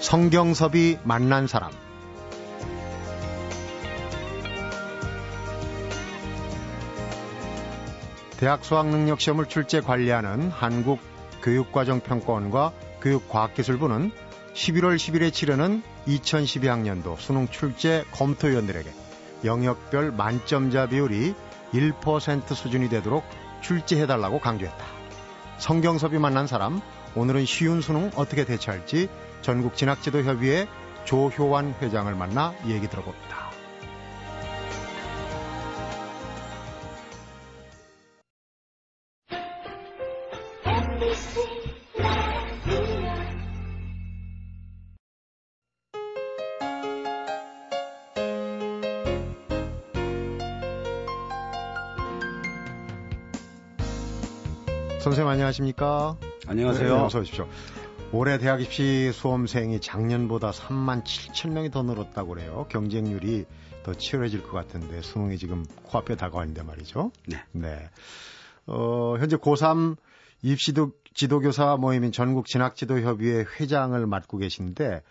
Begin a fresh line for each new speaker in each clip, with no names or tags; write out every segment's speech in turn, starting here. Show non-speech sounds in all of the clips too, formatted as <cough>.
성경섭이 만난 사람. 대학 수학능력시험을 출제 관리하는 한국교육과정평가원과 교육과학기술부는 11월 10일에 치르는 2012학년도 수능 출제 검토위원들에게 영역별 만점자 비율이 1% 수준이 되도록 출제해달라고 강조했다. 성경섭이 만난 사람, 오늘은 쉬운 수능 어떻게 대처할지 전국 진학지도협의회 조효환 회장을 만나 얘기 들어봅니다. 선생님 안녕하십니까?
안녕하세요.
네, 어서 오십시오. 올해 대학 입시 수험생이 작년보다 3만 7천 명이 더 늘었다고 그래요. 경쟁률이 더 치열해질 것 같은데 수능이 지금 코앞에 다가왔는데 말이죠.
네.
어, 현재 고3 입시도 지도교사 모임인 전국 진학지도협의회 회장을 맡고 계신데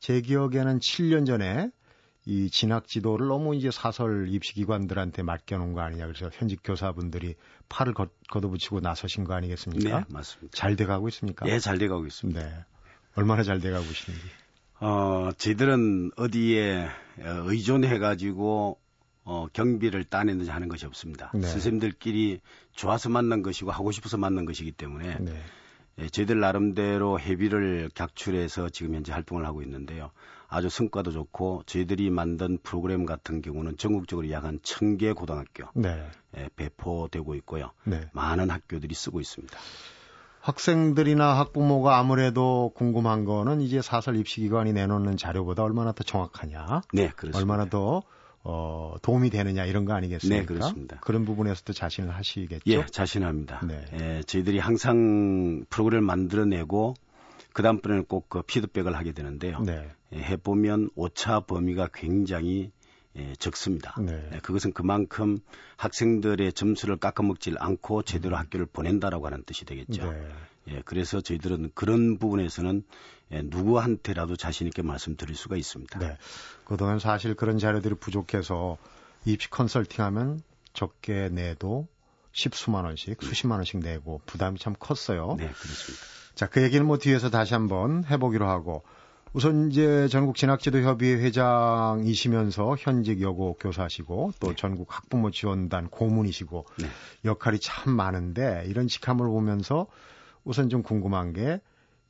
제 기억에는 7년 전에 이 진학 지도를 너무 이제 사설 입시 기관들한테 맡겨놓은 거 아니냐 그래서 현직 교사분들이 팔을 걷, 걷어붙이고 나서신 거 아니겠습니까?
네, 맞습니다.
잘 돼가고 있습니까?
예, 잘 돼가고 있습니다.
네. 얼마나 잘 돼가고 계시는지.
어, 저희들은 어디에 어, 의존해가지고 어, 경비를 따내는지 하는 것이 없습니다.
네.
선생님들끼리 좋아서 만난 것이고 하고 싶어서 만난 것이기 때문에
네.
예, 저희들 나름대로 해비를 객출해서 지금 현재 활동을 하고 있는데요. 아주 성과도 좋고 저희들이 만든 프로그램 같은 경우는 전국적으로 약 한 1000개 고등학교
네.
예, 배포되고 있고요.
네.
많은 학교들이 쓰고 있습니다.
학생들이나 학부모가 아무래도 궁금한 거는 이제 사설 입시기관이 내놓는 자료보다 얼마나 더 정확하냐,
네, 그렇습니다.
얼마나 더 어, 도움이 되느냐 이런 거 아니겠습니까?
네, 그렇습니다.
런 부분에서도 자신을 하시겠죠.
예, 자신합니다.
네.
예, 저희들이 항상 프로그램을 만들어내고 그 다음번에는 꼭 그 피드백을 하게 되는데요.
네.
예, 해보면 오차 범위가 굉장히 예, 적습니다.
네.
예, 그것은 그만큼 학생들의 점수를 깎아먹질 않고 제대로 학교를 보낸다라고 하는 뜻이 되겠죠.
음. 네.
예, 그래서 저희들은 그런 부분에서는 예, 누구한테라도 자신 있게 말씀드릴 수가 있습니다.
네. 그동안 사실 그런 자료들이 부족해서 입시 컨설팅하면 적게 내도 십수만 원씩, 수십만 원씩 내고 부담이 참 컸어요.
네, 그렇습니다.
자, 그 얘기는 뭐 뒤에서 다시 한번 해보기로 하고 우선 이제 전국 진학지도협의회 회장이시면서 현직 여고 교사시고 또 전국 학부모 지원단 고문이시고
네.
역할이 참 많은데 이런 직함을 보면서 우선 좀 궁금한 게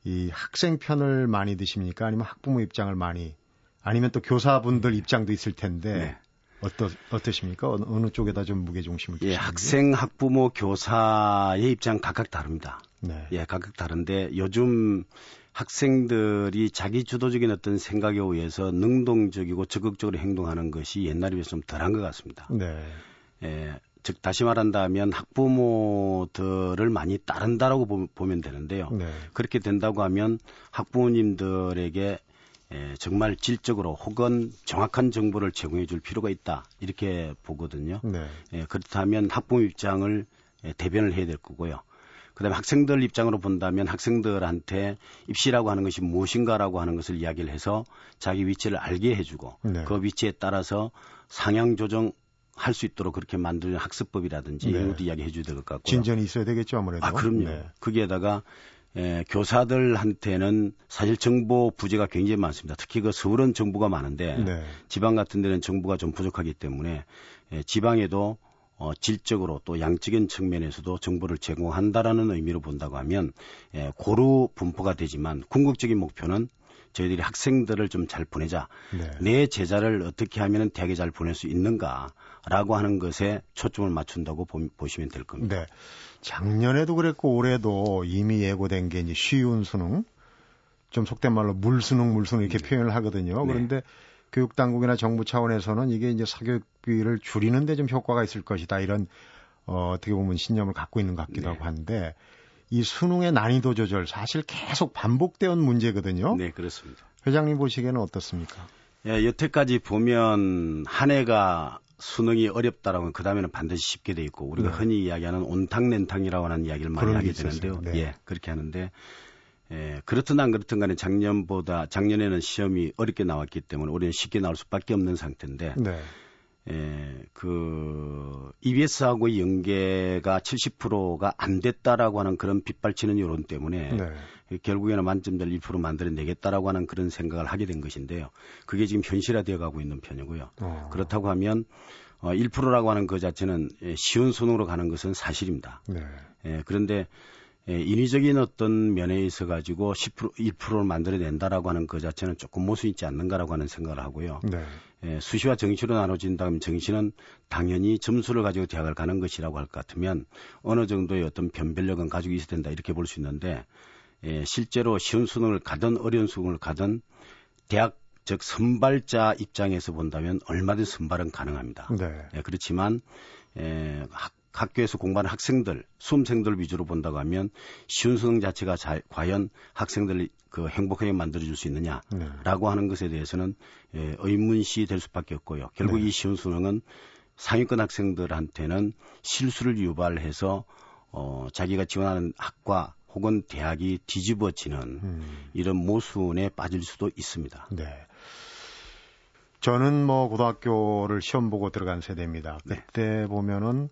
이 학생 편을 많이 드십니까 아니면 학부모 입장을 많이 아니면 또 교사분들 입장도 있을 텐데
네.
어떠 어떠십니까 어느, 어느 쪽에다 좀 무게 중심을
예,
두시는지
학생, 학부모, 교사의 입장 각각 다릅니다.
네.
예, 각각 다른데 요즘 학생들이 자기 주도적인 어떤 생각에 의해서 능동적이고 적극적으로 행동하는 것이 옛날에 비해서 좀 덜한 것 같습니다.
네.
예, 즉 다시 말한다면 학부모들을 많이 따른다라고 보- 보면 되는데요.
네.
그렇게 된다고 하면 학부모님들에게 예, 정말 질적으로 혹은 정확한 정보를 제공해 줄 필요가 있다 이렇게 보거든요.
네.
예, 그렇다면 학부모 입장을 예, 대변을 해야 될 거고요. 그다음에 학생들 입장으로 본다면 학생들한테 입시라고 하는 것이 무엇인가라고 하는 것을 이야기를 해서 자기 위치를 알게 해주고
네.
그 위치에 따라서 상향 조정 할 수 있도록 그렇게 만드는 학습법이라든지
네.
이런 것도 이야기해 줘야 될 것 같고요.
진전이 있어야 되겠죠 아무래도
아, 그럼요.
네.
거기에다가 에, 교사들한테는 사실 정보 부재가 굉장히 많습니다. 특히 그 서울은 정보가 많은데
네.
지방 같은 데는 정보가 좀 부족하기 때문에 에, 지방에도 어, 질적으로 또 양적인 측면에서도 정보를 제공한다라는 의미로 본다고 하면 에, 고루 분포가 되지만 궁극적인 목표는 저희들이 학생들을 좀 잘 보내자.
네.
내 제자를 어떻게 하면 대학에 잘 보낼 수 있는가라고 하는 것에 초점을 맞춘다고 보- 보시면 될 겁니다.
네. 작년에도 그랬고 올해도 이미 예고된 게 이제 쉬운 수능, 좀 속된 말로 물수능, 물수능 이렇게 표현을 하거든요.
네.
그런데 교육 당국이나 정부 차원에서는 이게 이제 사교육비를 줄이는데 좀 효과가 있을 것이다 이런 어, 어떻게 보면 신념을 갖고 있는 것
네.
같기도 하고 한데 이 수능의 난이도 조절 사실 계속 반복되온 문제거든요.
네, 그렇습니다.
회장님 보시기에는 어떻습니까?
예, 여태까지 보면 한 해가 수능이 어렵다라고 그 다음에는 반드시 쉽게 돼 있고 우리가
네.
흔히 이야기하는 온탕 렌탕이라고 하는 이야기를 많이
그런 게
하게 되는데요.
있었어요. 네.
예, 그렇게 하는데 예, 그렇든 안 그렇든 간에 작년보다 작년에는 시험이 어렵게 나왔기 때문에 올해는 쉽게 나올 수밖에 없는 상태인데
네.
예, 그 EBS하고의 연계가 70%가 안 됐다라고 하는 그런 빗발치는 여론 때문에
네.
그 결국에는 만점자를 1% 만들어내겠다라고 하는 그런 생각을 하게 된 것인데요. 그게 지금 현실화되어 가고 있는 편이고요.
어.
그렇다고 하면 어, 1%라고 하는 그 자체는 예, 쉬운 수능으로 가는 것은 사실입니다.
네.
예, 그런데 예, 인위적인 어떤 면에 있어 가지고 10% 1%를 만들어낸다라고 하는 그 자체는 조금 모순 있지 않는가라고 하는 생각을 하고요.
네.
예, 수시와 정시로 나눠진다면 정시는 당연히 점수를 가지고 대학을 가는 것이라고 할 것 같으면 어느 정도의 어떤 변별력은 가지고 있어야 된다 이렇게 볼 수 있는데 예, 실제로 쉬운 수능을 가든 어려운 수능을 가든 대학 즉 선발자 입장에서 본다면 얼마든지 선발은 가능합니다.
네.
예, 그렇지만 에, 학, 학교에서 공부하는 학생들, 수험생들 위주로 본다고 하면 쉬운 수능 자체가 자, 과연 학생들을 그 행복하게 만들어줄 수 있느냐
네.
라고 하는 것에 대해서는 예, 의문시 될 수밖에 없고요. 결국
네.
이 시험 수능은 상위권 학생들한테는 실수를 유발해서 어, 자기가 지원하는 학과 혹은 대학이 뒤집어지는
음.
이런 모순에 빠질 수도 있습니다.
네. 저는 뭐 고등학교를 시험 보고 들어간 세대입니다.
네.
그때 보면은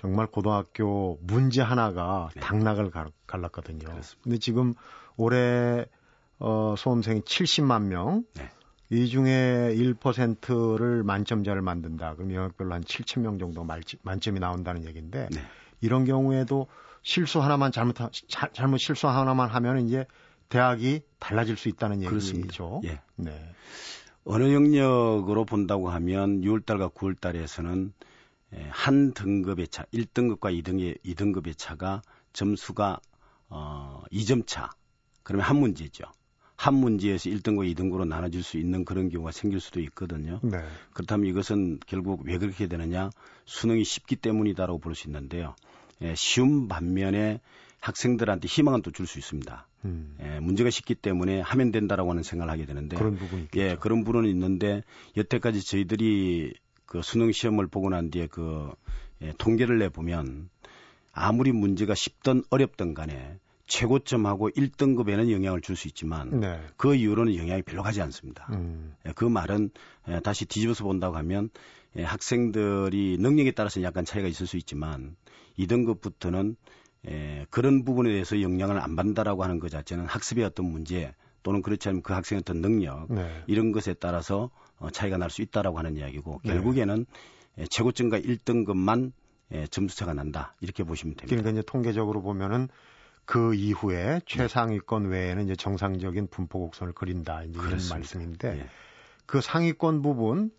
정말 고등학교 문제 하나가 당락을 갈- 갈랐거든요.
네. 그렇습니다.
근데 지금 올해 어, 수험생이 70만 명,
네.
이 중에 1%를 만점자를 만든다. 그럼 영역별로 한 7천 명 정도 말지- 만점이 나온다는 얘기인데
네.
이런 경우에도 실수 하나만 잘못 잘못 실수 하나만 하면 이제 대학이 달라질 수 있다는 얘기죠.
그렇습니다. 예.
네.
어느 영역으로 본다고 하면 6월달과 9월달에서는 한 등급의 차, 1등급과 2등의, 2등급의 차가 점수가 어, 2점 차. 그러면 한 문제죠. 한 문제에서 1등급, 2등급으로 나눠질 수 있는 그런 경우가 생길 수도 있거든요.
네.
그렇다면 이것은 결국 왜 그렇게 되느냐? 수능이 쉽기 때문이다라고 볼 수 있는데요. 예, 쉬운 반면에 학생들한테 희망은 또 줄 수 있습니다.
음,
예, 문제가 쉽기 때문에 하면 된다라고 하는 생각을 하게 되는데
네. 그런 부분이 있겠죠.
예, 그런 부분은 있는데 여태까지 저희들이 그 수능 시험을 보고 난 뒤에 그 예, 통계를 내 보면 아무리 문제가 쉽든 어렵든 간에 최고점하고 1등급에는 영향을 줄 수 있지만
네.
그 이후로는 영향이 별로 가지 않습니다.
음,
예, 그 말은 예, 다시 뒤집어서 본다고 하면 예, 학생들이 능력에 따라서는 약간 차이가 있을 수 있지만 2등급부터는 예, 그런 부분에 대해서 영향을 안 받는다라고 하는 것 자체는 학습의 어떤 문제 또는 그렇지 않으면 그 학생의 어떤 능력
네.
이런 것에 따라서 어, 차이가 날 수 있다라고 하는 이야기고
네.
결국에는 예, 최고점과 1등급만 예, 점수차가 난다 이렇게 보시면 됩니다.
그러니까 이제 통계적으로 보면은 그
음.
이후에 최상위권 외에는 이제 정상적인 분포 곡선을 그린다 이제 이런
그렇습니다.
말씀인데
예.
그 상위권 부분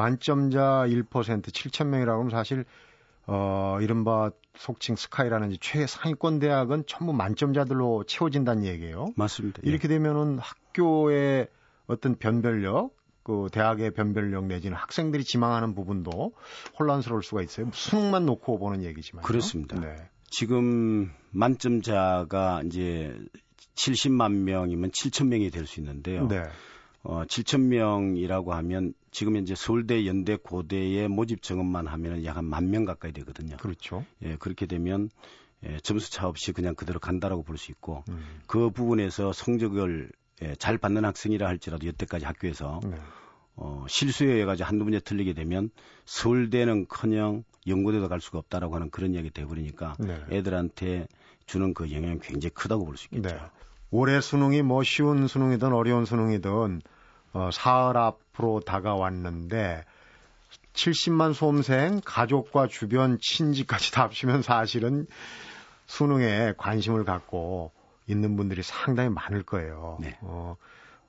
만점자 1% 7천 명이라고 하면 사실 어 이른바 속칭 스카이라는 이 최상위권 대학은 전부 만점자들로 채워진다는 얘기예요.
맞습니다. 예.
이렇게 되면은 학교의 어떤 변별력, 그 대학의 변별력 내지는 학생들이 지망하는 부분도 혼란스러울 수가 있어요. 수능만 놓고 보는 얘기지만.
그렇습니다.
네.
지금 만점자가 이제 70만 명이면 7천 명이 될 수 있는데요.
네.
어, 7천 명이라고 하면 지금 이제 서울대, 연대, 고대의 모집 정원만 하면은 약 한 만 명 가까이 되거든요.
그렇죠.
예, 그렇게 되면 예, 점수 차 없이 그냥 그대로 간다라고 볼 수 있고
음.
그 부분에서 성적을 예, 잘 받는 학생이라 할지라도 여태까지 학교에서
네.
어, 실수에 의해 가지고 한두 문제 틀리게 되면 서울대는커녕 연고대도 갈 수가 없다라고 하는 그런 이야기 돼버리니까
네.
애들한테 주는 그 영향이 굉장히 크다고 볼 수 있겠죠.
네. 올해 수능이 뭐 쉬운 수능이든 어려운 수능이든 어, 사흘 앞으로 다가왔는데 70만 수험생 가족과 주변 친지까지 다 합치면 사실은 수능에 관심을 갖고 있는 분들이 상당히 많을 거예요.
네.
어,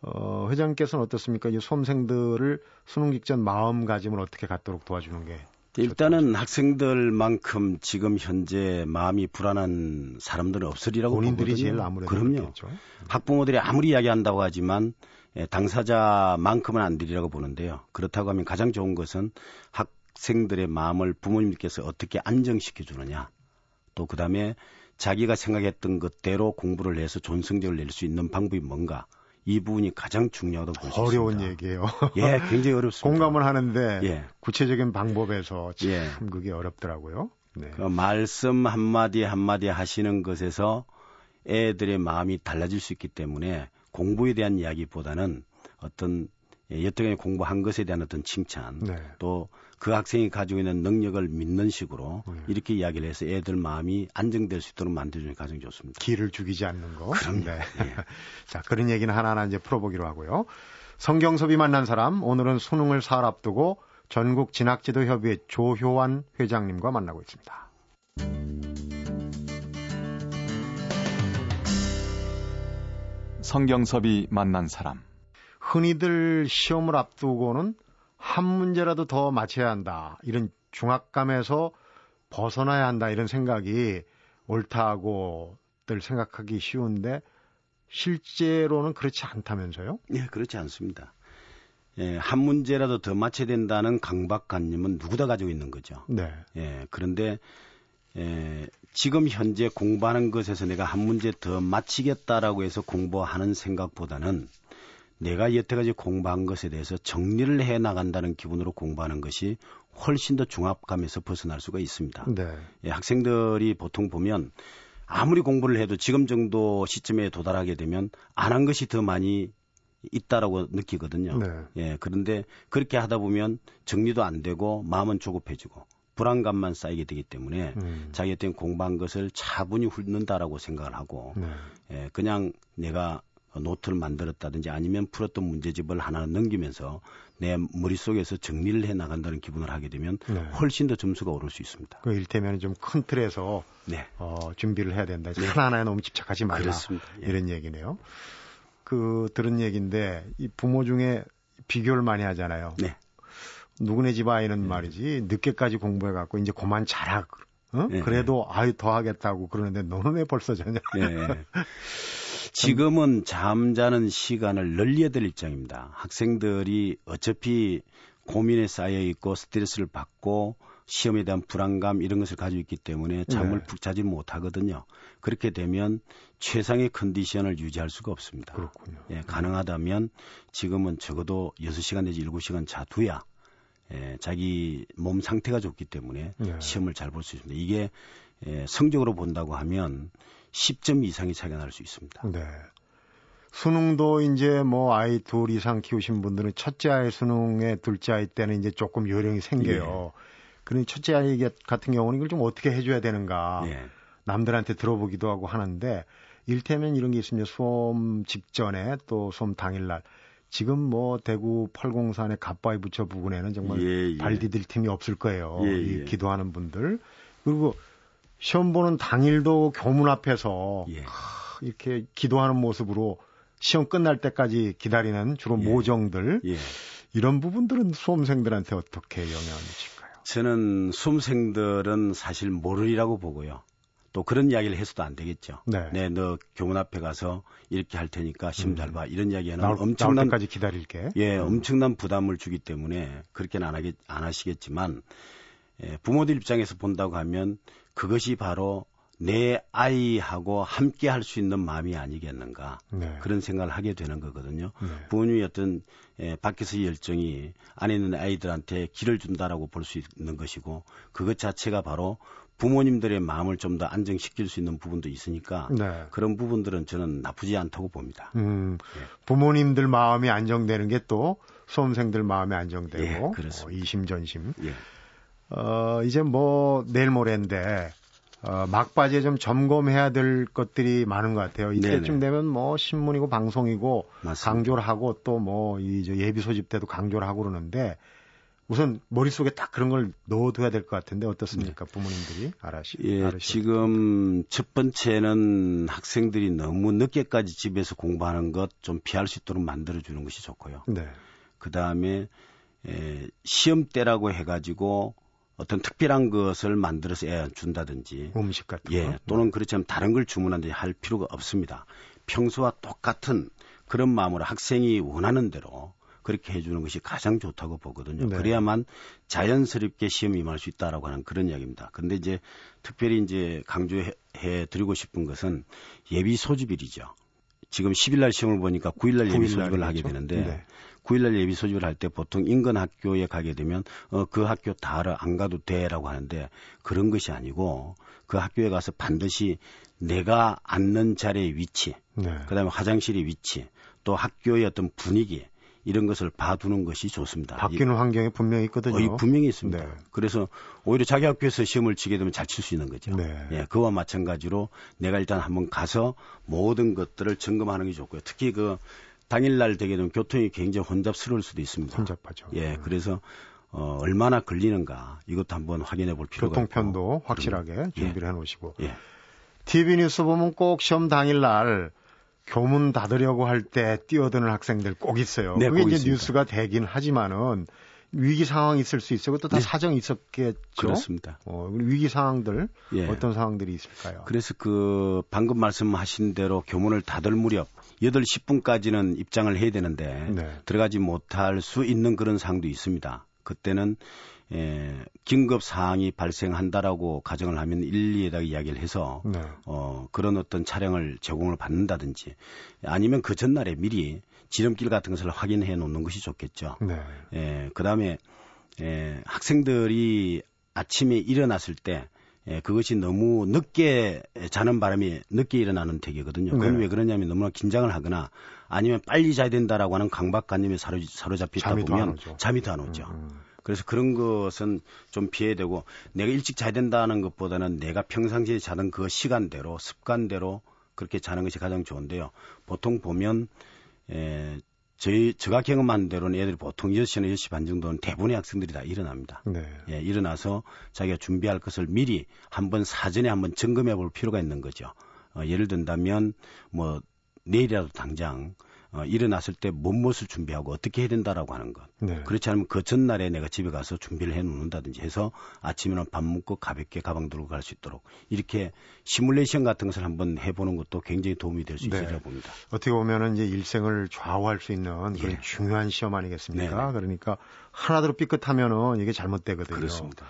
어, 회장님께서는 어떻습니까? 이 수험생들을 수능 직전 마음가짐을 어떻게 갖도록 도와주는 게
일단은 학생들만큼 지금 현재 마음이 불안한 사람들은 없으리라고
본인들이
보거든요.
제일 아무래도
그럼요.
그렇겠죠.
학부모들이 아무리 이야기한다고 하지만 예, 당사자만큼은 안 되리라고 보는데요. 그렇다고 하면 가장 좋은 것은 학생들의 마음을 부모님께서 어떻게 안정시켜 주느냐. 또 그다음에 자기가 생각했던 것대로 공부를 해서 좋은 성적을 낼 수 있는 방법이 뭔가 이 부분이 가장 중요하다고 볼수 있습니다.
어려운 얘기예요.
<laughs> 예, 굉장히 어렵습니다.
공감을 하는데
예.
구체적인 방법에서 참
예.
그게 어렵더라고요. 네.
그 말씀 한마디 한마디 하시는 것에서 애들의 마음이 달라질 수 있기 때문에 공부에 대한 이야기보다는 어떤 예, 여태까지 공부한 것에 대한 어떤 칭찬
네.
또 그 학생이 가지고 있는 능력을 믿는 식으로
네.
이렇게 이야기를 해서 애들 마음이 안정될 수 있도록 만들어주는 게 가장 좋습니다.
기를 죽이지 않는 거.
그럼요.
네.
예.
<laughs> 자, 그런 얘기는 하나하나 이제 풀어보기로 하고요. 성경섭이 만난 사람, 오늘은 수능을 살 앞두고 전국 진학제도 협의회 조효환 회장님과 만나고 있습니다.
성경섭이 만난 사람.
흔히들 시험을 앞두고는 한 문제라도 더 맞춰야 한다. 이런 중압감에서 벗어나야 한다. 이런 생각이 옳다고들 생각하기 쉬운데 실제로는 그렇지 않다면서요?
예, 그렇지 않습니다. 예, 한 문제라도 더 맞춰야 된다는 강박관념은 누구다 가지고 있는 거죠.
네.
예, 그런데 예, 지금 현재 공부하는 것에서 내가 한 문제 더 마치겠다라고 해서 공부하는 생각보다는 내가 여태까지 공부한 것에 대해서 정리를 해 나간다는 기분으로 공부하는 것이 훨씬 더 중압감에서 벗어날 수가 있습니다.
네.
예, 학생들이 보통 보면 아무리 공부를 해도 지금 정도 시점에 도달하게 되면 안 한 것이 더 많이 있다라고 느끼거든요.
네.
예, 그런데 그렇게 하다 보면 정리도 안 되고 마음은 조급해지고 불안감만 쌓이게 되기 때문에
음.
자기 어떤 공부한 것을 차분히 훑는다라고 생각을 하고
네.
예, 그냥 내가 노트를 만들었다든지 아니면 풀었던 문제집을 하나 넘기면서 내 머릿속에서 정리를 해 나간다는 기분을 하게 되면
네.
훨씬 더 점수가 오를 수 있습니다.
그 일테면 좀 큰 틀에서
네.
어, 준비를 해야 된다. 이제 하나하나에 너무 집착하지 말라.
그렇습니다. 예.
이런 얘기네요. 그 들은 얘기인데 이 부모 중에 비교를 많이 하잖아요.
네.
누구네 집
예.
아이는 말이지 늦게까지 공부해 갖고 이제 그만 잘하. 어?
예,
그래도 아유 더 하겠다고 그러는데 너는 왜 벌써 자냐?
예. 지금은 잠자는 시간을 늘려야 될 입장입니다. 학생들이 어차피 고민에 쌓여 있고 스트레스를 받고 시험에 대한 불안감 이런 것을 가지고 있기 때문에 잠을
네.
푹 자지 못하거든요. 그렇게 되면 최상의 컨디션을 유지할 수가
<laughs>
없습니다.
그렇군요.
예, 가능하다면 지금은 적어도 6시간 내지 7시간 자둬야 예, 자기 몸 상태가 좋기 때문에
네.
시험을 잘 볼 수 있습니다. 이게 예, 성적으로 본다고 하면 10점 이상이 차이가 날 수 있습니다.
네. 수능도 이제 뭐 아이 둘 이상 키우신 분들은 첫째 아이 수능에 둘째 아이 때는 이제 조금 요령이 생겨요.
예.
그러니 첫째 아이 같은 경우는 이걸 좀 어떻게 해줘야 되는가.
예.
남들한테 들어보기도 하고 하는데 일테면 이런 게 있습니다. 수험 직전에 또 수험 당일날 지금 뭐 대구 팔공산의 갓바위 부처 부근에는 정말
예, 예.
발 디딜 틈이 없을 거예요.
예,
이
예.
기도하는 분들 그리고 시험 보는 당일도 교문 앞에서
예.
이렇게 기도하는 모습으로 시험 끝날 때까지 기다리는 주로
예.
모정들
예.
이런 부분들은 수험생들한테 어떻게 영향을 미칠까요?
저는 수험생들은 사실 모르리라고 보고요. 또 그런 이야기를 해서도 안 되겠죠.
네.
네, 너 교문 앞에 가서 이렇게 할 테니까 시험 잘 봐. 이런 이야기는
음. 나올, 나올
네, 엄청난
때까지 기다릴게.
예, 엄청난 부담을 주기 때문에 그렇게는 안, 하겠, 안 하시겠지만 예, 부모들 입장에서 본다고 하면 그것이 바로 내 아이하고 함께 할 수 있는 마음이 아니겠는가
네.
그런 생각을 하게 되는 거거든요.
네.
부모님의 어떤 예, 밖에서의 열정이 안에 있는 아이들한테 길을 준다라고 볼 수 있는 것이고 그것 자체가 바로 부모님들의 마음을 좀 더 안정시킬 수 있는 부분도 있으니까
네.
그런 부분들은 저는 나쁘지 않다고 봅니다.
음,
예.
부모님들 마음이 안정되는 게 또 수험생들 마음이 안정되고
예, 그렇습니다.
어, 이심전심.
예.
어, 이제 뭐 내일 모레인데 어, 막바지에 좀 점검해야 될 것들이 많은 것 같아요. 이때쯤
네네.
되면 뭐 신문이고 방송이고
맞습니다.
강조를 하고 또 뭐 이 예비 소집 때도 강조를 하고 그러는데 우선 머릿속에 딱 그런 걸 넣어둬야 될 것 같은데 어떻습니까? 부모님들이 알아시.
네. 예,
알으시고.
지금 첫 번째는 학생들이 너무 늦게까지 집에서 공부하는 것 좀 피할 수 있도록 만들어주는 것이 좋고요.
네.
그 다음에 에, 시험 때라고 해가지고 어떤 특별한 것을 만들어서 애 준다든지,
음식 같은 거.
예, 또는 그렇지 않으면 다른 걸 주문한다든지 할 필요가 없습니다. 평소와 똑같은 그런 마음으로 학생이 원하는 대로 그렇게 해주는 것이 가장 좋다고 보거든요.
네.
그래야만 자연스럽게 시험 임할 수 있다라고 하는 그런 이야기입니다. 근데 이제 특별히 이제 강조해 드리고 싶은 것은 예비 소집일이죠. 지금 10일날 시험을 보니까 9일날 예비
9일 날
소집을 하게
그렇죠?
되는데
네.
9일날 예비 소집을 할 때 보통 인근 학교에 가게 되면 어, 그 학교 다 알아 안 가도 돼라고 하는데 그런 것이 아니고 그 학교에 가서 반드시 내가 앉는 자리의 위치
네.
그다음에 화장실의 위치 또 학교의 어떤 분위기 이런 것을 봐두는 것이 좋습니다.
바뀌는 환경이 분명히 있거든요.
거의 분명히 있습니다.
네.
그래서 오히려 자기 학교에서 시험을 치게 되면 잘 칠 수 있는 거죠.
네.
예, 그와 마찬가지로 내가 일단 한번 가서 모든 것들을 점검하는 게 좋고요. 특히 그 당일날 되게 되면 교통이 굉장히 혼잡스러울 수도 있습니다.
혼잡하죠.
예, 그래서 어, 얼마나 걸리는가 이것도 한번 확인해 볼 필요가 있고.
교통편도 확실하게 준비를 해놓으시고
예.
TV 뉴스 보면 꼭 시험 당일날 교문 닫으려고 할 때 뛰어드는 학생들 꼭 있어요.
네,
그게
꼭
이제
있습니다.
뉴스가 되긴 하지만은 위기 상황이 있을 수 있어요. 그것도 다 사정이 있었겠죠.
네. 그렇습니다.
어, 위기 상황들
예.
어떤 상황들이 있을까요?
그래서 그 방금 말씀하신 대로 교문을 닫을 무렵 8 10분까지는 입장을 해야 되는데
네.
들어가지 못할 수 있는 그런 상도 있습니다. 그때는 에, 긴급 사항이 발생한다라고 가정을 하면 일리에다가 이야기를 해서
네.
어, 그런 어떤 차량을 제공을 받는다든지 아니면 그 전날에 미리 지름길 같은 것을 확인해 놓는 것이 좋겠죠.
네.
예, 그 다음에, 예, 학생들이 아침에 일어났을 때, 예, 그것이 너무 늦게 자는 바람에 늦게 일어나는 택이거든요. 그건
네.
왜 그러냐면 너무나 긴장을 하거나 아니면 빨리 자야 된다라고 하는 강박관념에 사로, 사로잡혀 있다
잠이 더안
보면
오죠.
잠이 더 안 오죠.
음,
그래서 그런 것은 좀 피해야 되고 내가 일찍 자야 된다는 것보다는 내가 평상시에 자는 그 시간대로 습관대로 그렇게 자는 것이 가장 좋은데요. 보통 보면 에, 저희 제가 경험한 대로는 애들이 보통 6시나 6시 반 정도는 대부분의 학생들이 다 일어납니다.
네.
예, 일어나서 자기가 준비할 것을 미리 한번 사전에 한번 점검해 볼 필요가 있는 거죠. 어, 예를 든다면 뭐 내일이라도 당장 어, 일어났을 때 무엇을 준비하고 어떻게 해야 된다라고 하는 것.
네.
그렇지 않으면 그 전날에 내가 집에 가서 준비를 해 놓는다든지 해서 아침에는 밥 먹고 가볍게 가방 들고 갈 수 있도록 이렇게 시뮬레이션 같은 것을 한번 해보는 것도 굉장히 도움이 될 수
네.
있으리라 봅니다.
어떻게 보면은 이제 일생을 좌우할 수 있는 그런
예.
중요한 시험 아니겠습니까?
네네.
그러니까 하나대로 삐끗하면은 이게 잘못되거든요.
그렇습니다.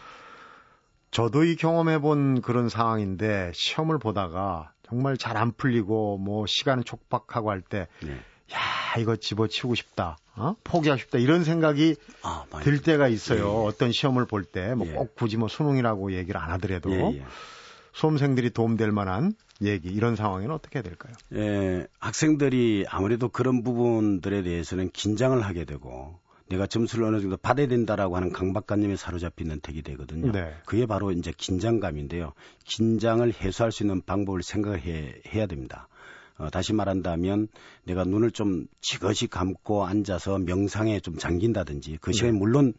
저도 이 경험해본 그런 상황인데 시험을 보다가 정말 잘 안 풀리고 뭐 시간을 촉박하고 할 때 야
네.
이거 집어치우고 싶다, 어? 포기하고 싶다 이런 생각이
아, 많이
들 때가 있어요.
예, 예.
어떤 시험을 볼 때 뭐
예.
꼭 굳이 뭐 수능이라고 얘기를 안 하더라도
예, 예.
수험생들이 도움될 만한 얘기 이런 상황에는 어떻게 해야 될까요?
예, 학생들이 아무래도 그런 부분들에 대해서는 긴장을 하게 되고 내가 점수를 어느 정도 받아야 된다라고 하는 강박관념에 사로잡히는 택이 되거든요.
네.
그게 바로 이제 긴장감인데요. 긴장을 해소할 수 있는 방법을 생각해 해야 됩니다. 어, 다시 말한다면 내가 눈을 좀 지그시 감고 앉아서 명상에 좀 잠긴다든지 그
네.
시간이 물론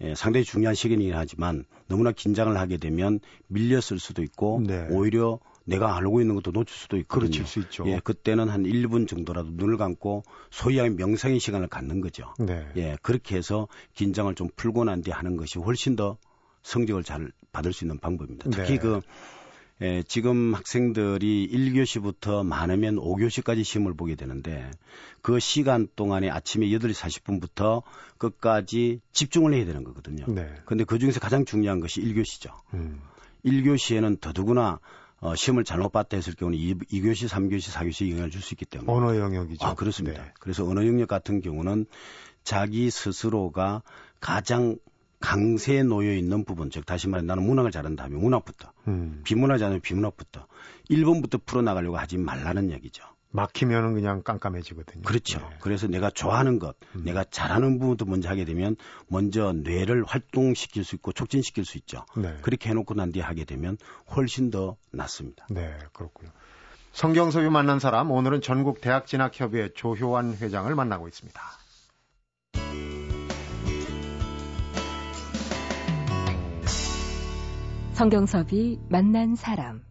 예, 상당히 중요한 시간이긴 하지만 너무나 긴장을 하게 되면 밀렸을 수도 있고
네. 그렇죠.
오히려 내가 알고 있는 것도 놓칠 수도 있고
그르칠 수 있죠.
예, 그때는 한 1분 정도라도 눈을 감고 소위 하는 명상의 시간을 갖는 거죠.
네.
예, 그렇게 해서 긴장을 좀 풀고 난 뒤에 하는 것이 훨씬 더 성적을 잘 받을 수 있는 방법입니다. 특히
네.
그 예, 지금 학생들이 1교시부터 많으면 5교시까지 시험을 보게 되는데 그 시간 동안에 아침에 8시 40분부터 끝까지 집중을 해야 되는 거거든요.
네.
근데 그 중에서 가장 중요한 것이 1교시죠.
음.
1교시에는 더더구나 어, 시험을 잘못 봤다 했을 경우는 2, 교시 3교시, 4교시에 영향을 줄 수 있기 때문에.
언어 영역이죠.
아, 그렇습니다.
네.
그래서 언어 영역 같은 경우는 자기 스스로가 가장 강세에 놓여 있는 부분, 즉 다시 말해 나는 문학을 잘한다면 문학부터,
음.
비문학자면 비문학부터, 1번부터 풀어나가려고 하지 말라는 얘기죠.
막히면은 그냥 깜깜해지거든요.
그렇죠.
네. 음.
그래서 내가 좋아하는 것, 내가 잘하는 부분도 먼저 하게 되면 먼저 뇌를 활동시킬 수 있고 촉진시킬 수 있죠.
네.
그렇게 해놓고 난 뒤에 하게 되면 훨씬 더 낫습니다.
네, 그렇군요. 성경섭이 만난 사람, 오늘은 전국 대학 진학협의회 조효환 회장을 만나고 있습니다.
성경섭이 만난 사람.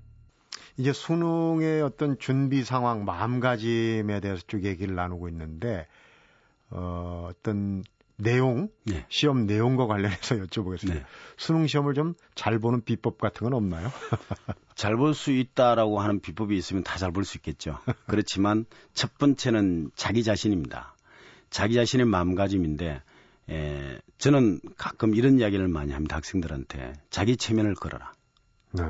이제 수능의 어떤 준비 상황, 마음가짐에 대해서 쭉 얘기를 나누고 있는데, 어, 어떤 내용,
네.
시험 내용과 관련해서 <laughs> 여쭤보겠습니다.
네.
수능 시험을 좀 잘 보는 비법 같은 건
<laughs>
없나요?
잘 볼 수 있다라고 하는 비법이 있으면 다 잘 볼
<laughs>
수 있겠죠. 그렇지만 첫 번째는 자기 자신입니다. 자기 자신의 마음가짐인데, 예, 에, 저는 가끔 이런 이야기를 많이 합니다. 학생들한테. 자기 체면을 걸어라.
네.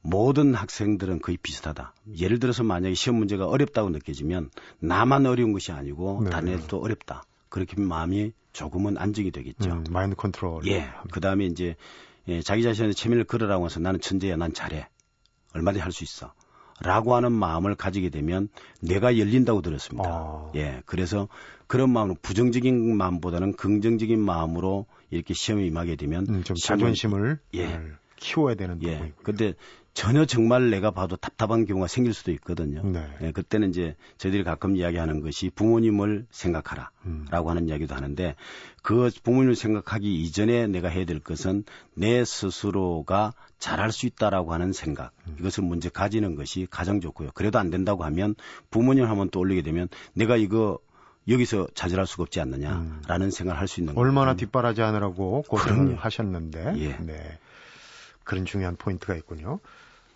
모든 학생들은 거의 비슷하다. 예를 들어서 만약에 시험 문제가 어렵다고 느껴지면 나만 어려운 것이 아니고
네.
다른 애들도 어렵다. 그렇게 마음이 조금은 안정이 되겠죠.
음, 마인드 컨트롤.
예. 그 다음에 이제 예, 자기 자신의 체면을 걸으라고 해서 나는 천재야, 난 잘해. 얼마든지 할 수 있어. 라고 하는 마음을 가지게 되면 뇌가 열린다고 들었습니다.
아.
예. 그래서 그런 마음으로 부정적인 마음보다는 긍정적인 마음으로 이렇게 시험에 임하게 되면
음, 좀
시험을-
자존심을
예.
잘 키워야 되는
예.
부분이고요.
근데 전혀 정말 내가 봐도 답답한 경우가 생길 수도 있거든요.
네.
예, 그때는 이제 저희들이 가끔 이야기하는 것이 부모님을 생각하라.
음.
라고 하는 이야기도 하는데 그 부모님을 생각하기 이전에 내가 해야 될 것은 내 스스로가 잘할 수 있다라고 하는 생각
음.
이것을 먼저 가지는 것이 가장 좋고요. 그래도 안 된다고 하면 부모님을 한번 또 올리게 되면 내가 이거 여기서 좌절할 수가 없지 않느냐라는 생각을 할 수 있는
음. 얼마나
거죠.
뒷바라지 하느라고 고생을
음. 그럼요.
하셨는데
예.
네. 그런 중요한 포인트가 있군요.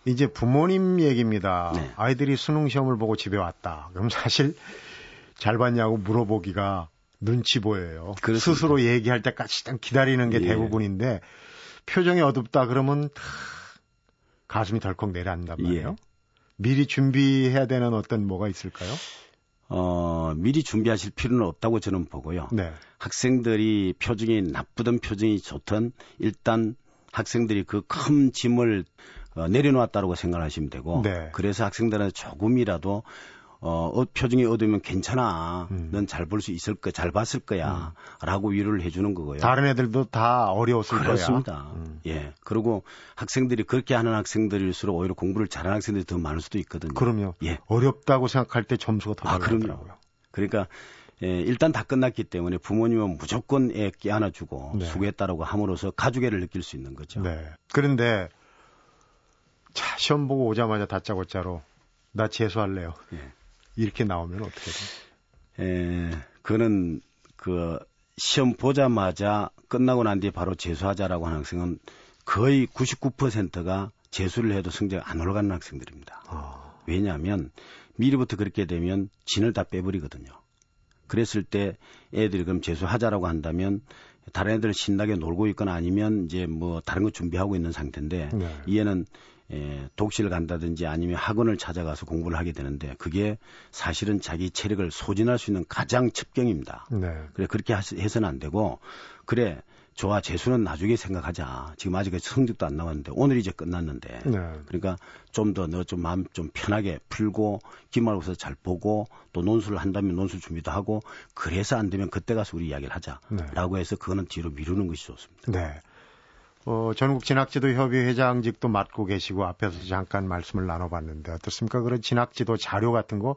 이제 부모님 얘기입니다.
네.
아이들이 수능 시험을 보고 집에 왔다. 그럼 사실 잘 봤냐고 물어보기가 눈치 보여요.
그렇습니다.
스스로 얘기할 때까지 일단 기다리는 게
예.
대부분인데 표정이 어둡다 그러면 다 가슴이 덜컥 내려앉단 말이에요.
예.
미리 준비해야 되는 어떤 뭐가 있을까요?
어, 미리 준비하실 필요는 없다고 저는 보고요.
네.
학생들이 표정이 나쁘든 표정이 좋든 일단 학생들이 그 큰 짐을 어, 내려놓았다고 생각하시면 되고
네.
그래서 학생들은 조금이라도 어, 어, 표정이 어두우면 괜찮아.
음.
넌 잘 볼 수 있을 거야. 잘 봤을 거야. 라고 위로를 해주는 거고요.
다른 애들도 다 어려웠을
예. 그렇습니다.
거야. 음.
예. 그리고 학생들이 그렇게 하는 학생들일수록 오히려 공부를 잘하는 학생들이 더 많을 수도 있거든요.
그럼요.
예.
어렵다고 생각할 때 점수가 더
아, 그럼요.
나더라고요.
그러니까 예, 일단 다 끝났기 때문에 부모님은 무조건 애 끼안아주고
네.
수고했다라고 함으로써 가족애를 느낄 수 있는 거죠.
네. 그런데 자, 시험 보고 오자마자 다짜고짜로 나 재수할래요.
예.
이렇게 나오면 어떻게 돼요?
예, 그는 그 시험 보자마자 끝나고 난 뒤에 바로 재수하자라고 하는 학생은 거의 99%가 재수를 해도 성적 안 올라가는 학생들입니다.
아,
왜냐하면 미리부터 그렇게 되면 진을 다 빼버리거든요. 그랬을 때 애들이 그럼 재수하자라고 한다면 다른 애들 신나게 놀고 있거나 아니면 이제 뭐 다른 거 준비하고 있는 상태인데
네.
이 애는 에, 독실 간다든지 아니면 학원을 찾아가서 공부를 하게 되는데 그게 사실은 자기 체력을 소진할 수 있는 가장 첩경입니다.
네.
그래 그렇게 하- 해서는 안 되고 그래 좋아 재수는 나중에 생각하자 지금 아직 성적도 안 나왔는데 오늘 이제 끝났는데
네.
그러니까 좀 더 너 좀 마음 좀 편하게 풀고 기말고사 잘 보고 또 논술을 한다면 논술 준비도 하고 그래서 안 되면 그때 가서 우리 이야기를
네.
하자라고 해서 그거는 뒤로 미루는 것이 좋습니다.
네. 어, 전국 진학지도 협의 회장직도 맡고 계시고 앞에서 잠깐 말씀을 나눠봤는데 어떻습니까? 그런 진학지도 자료 같은 거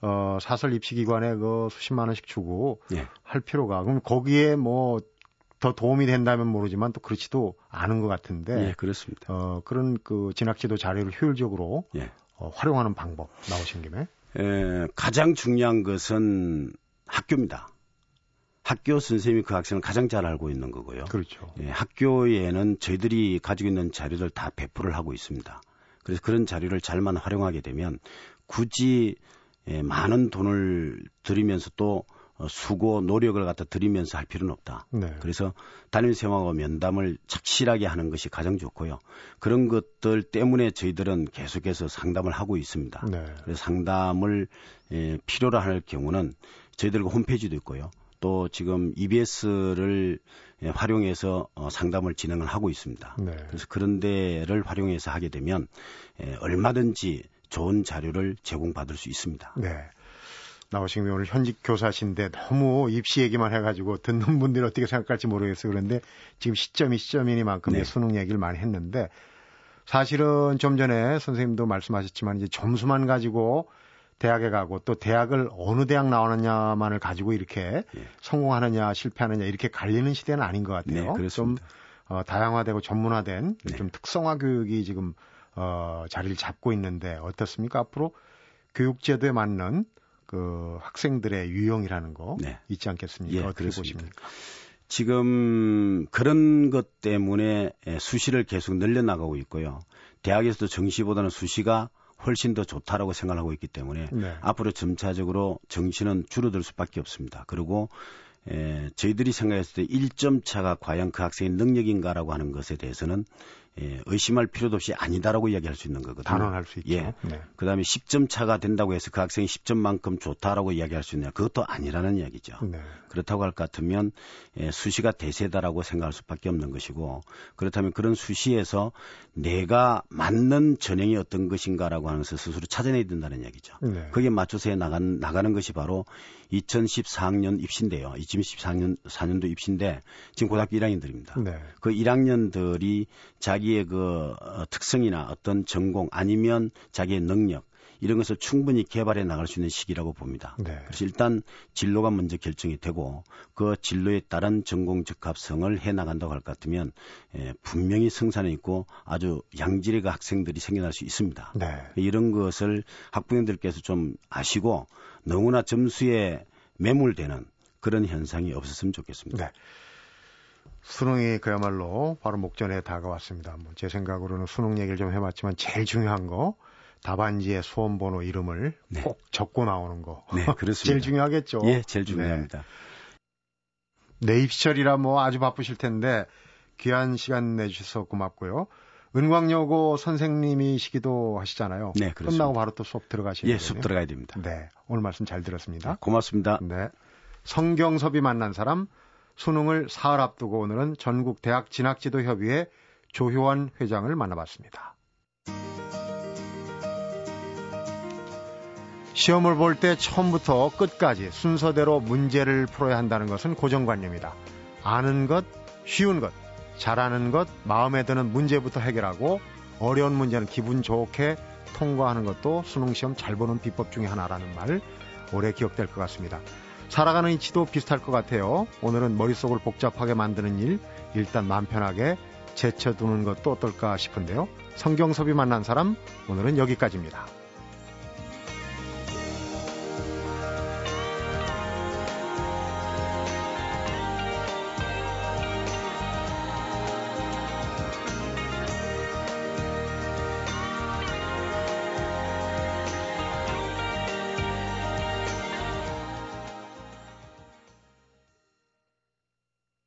어, 사설 입시기관에 그 수십만 원씩 주고
예.
할 필요가 그럼 거기에 뭐 더 도움이 된다면 모르지만 또 그렇지도 않은 것 같은데
예, 그렇습니다.
어, 그런 그 진학지도 자료를 효율적으로
예.
어, 활용하는 방법 나오신 김에
에, 가장 중요한 것은 학교입니다. 학교 선생님이 그 학생을 가장 잘 알고 있는 거고요.
그렇죠.
예, 학교에는 저희들이 가지고 있는 자료들 다 배포를 하고 있습니다. 그래서 그런 자료를 잘만 활용하게 되면 굳이 예, 많은 돈을 들이면서 또 어, 수고 노력을 갖다 들이면서 할 필요는 없다.
네.
그래서 담임쌤하고 면담을 착실하게 하는 것이 가장 좋고요. 그런 것들 때문에 저희들은 계속해서 상담을 하고 있습니다.
네.
그래서 상담을 예, 필요로 할 경우는 저희들 홈페이지도 있고요. 또 지금 E EBS를 예, 활용해서 어, 상담을 진행을 하고 있습니다.
네.
그래서 그런 데를 활용해서 하게 되면 예, 얼마든지 좋은 자료를 제공받을 수 있습니다.
네. 나오신 김에 오늘 현직 교사신데 너무 입시 얘기만 해가지고 듣는 분들이 어떻게 생각할지 모르겠어요. 그런데 지금 시점이 시점이니만큼
네.
이제 수능 얘기를 많이 했는데 사실은 좀 전에 선생님도 말씀하셨지만 이제 점수만 가지고 대학에 가고 또 대학을 어느 대학 나오느냐만을 가지고 이렇게
예.
성공하느냐 실패하느냐 이렇게 갈리는 시대는 아닌 것 같아요.
네, 그렇습니다.
좀 어, 다양화되고 전문화된
네.
좀 특성화 교육이 지금 어, 자리를 잡고 있는데 어떻습니까? 앞으로 교육제도에 맞는 그 학생들의 유형이라는 거
네.
있지 않겠습니까?
예,
어떻게
그렇습니다.
보십니까?
지금 그런 것 때문에 예, 수시를 계속 늘려나가고 있고요. 대학에서도 정시보다는 수시가 훨씬 더 좋다라고 생각하고 있기 때문에
네.
앞으로 점차적으로 정시는 줄어들 수밖에 없습니다. 그리고 에, 저희들이 생각했을 때 1점 차가 과연 그 학생의 능력인가라고 하는 것에 대해서는 예, 의심할 필요도 없이 아니다라고 이야기할 수 있는 거거든요.
단언할 수 있죠.
예.
네.
그다음에 10점 차가 된다고 해서 그 학생이 10점만큼 좋다라고 이야기할 수 있냐? 그것도 아니라는 이야기죠.
네.
그렇다고 할 것 같으면 예, 수시가 대세다라고 생각할 수밖에 없는 것이고 그렇다면 그런 수시에서 내가 맞는 전형이 어떤 것인가라고 하는 것을 스스로 찾아내야 된다는 얘기죠.
네.
거기에 맞춰서 해 나가는, 나가는 것이 바로 2014학년 입시인데요. 2014학년 4년도 입시인데 지금 고등학교 1학년들입니다.
네.
그 1학년들이 자기의 그 어, 특성이나 어떤 전공 아니면 자기의 능력 이런 것을 충분히 개발해 나갈 수 있는 시기라고 봅니다.
네.
그래서 일단 진로가 먼저 결정이 되고 그 진로에 따른 전공 적합성을 해 나간다고 할 것 같으면 예, 분명히 성산에 있고 아주 양질의 그 학생들이 생겨날 수 있습니다.
네.
이런 것을 학부모님들께서 좀 아시고 너무나 점수에 매몰되는 그런 현상이
<laughs>
없었으면 좋겠습니다.
네. 수능이 그야말로 바로 목전에 다가왔습니다. 뭐제 생각으로는 수능 얘기를 좀 해봤지만 제일 중요한 거 답안지에 수험 번호 이름을
네.
꼭 적고 나오는 거.
네, 그렇습니다.
제일 중요하겠죠.
예, 제일 중요합니다.
네. 내 입시철이라 뭐 아주 바쁘실 텐데 귀한 시간 내주셔서 고맙고요. 은광여고 선생님이시기도 하시잖아요.
네, 그렇습니다.
끝나고 바로 또 수업 들어가시는
예, 숲 들어가야 됩니다.
네, 오늘 말씀 잘 들었습니다.
고맙습니다.
네. 성경섭이 만난 사람, 수능을 사흘 앞두고 오늘은 전국 대학 진학지도 협의회 조효환 회장을 만나봤습니다. 시험을 볼 때 처음부터 끝까지 순서대로 문제를 풀어야 한다는 것은 고정관념이다. 아는 것, 쉬운 것, 잘하는 것, 마음에 드는 문제부터 해결하고 어려운 문제는 기분 좋게 통과하는 것도 수능시험 잘 보는 비법 중에 하나라는 말 오래 기억될 것 같습니다. 살아가는 이치도 비슷할 것 같아요. 오늘은 머릿속을 복잡하게 만드는 일, 일단 마음 편하게 제쳐두는 것도 어떨까 싶은데요. 성경섭이 만난 사람, 오늘은 여기까지입니다.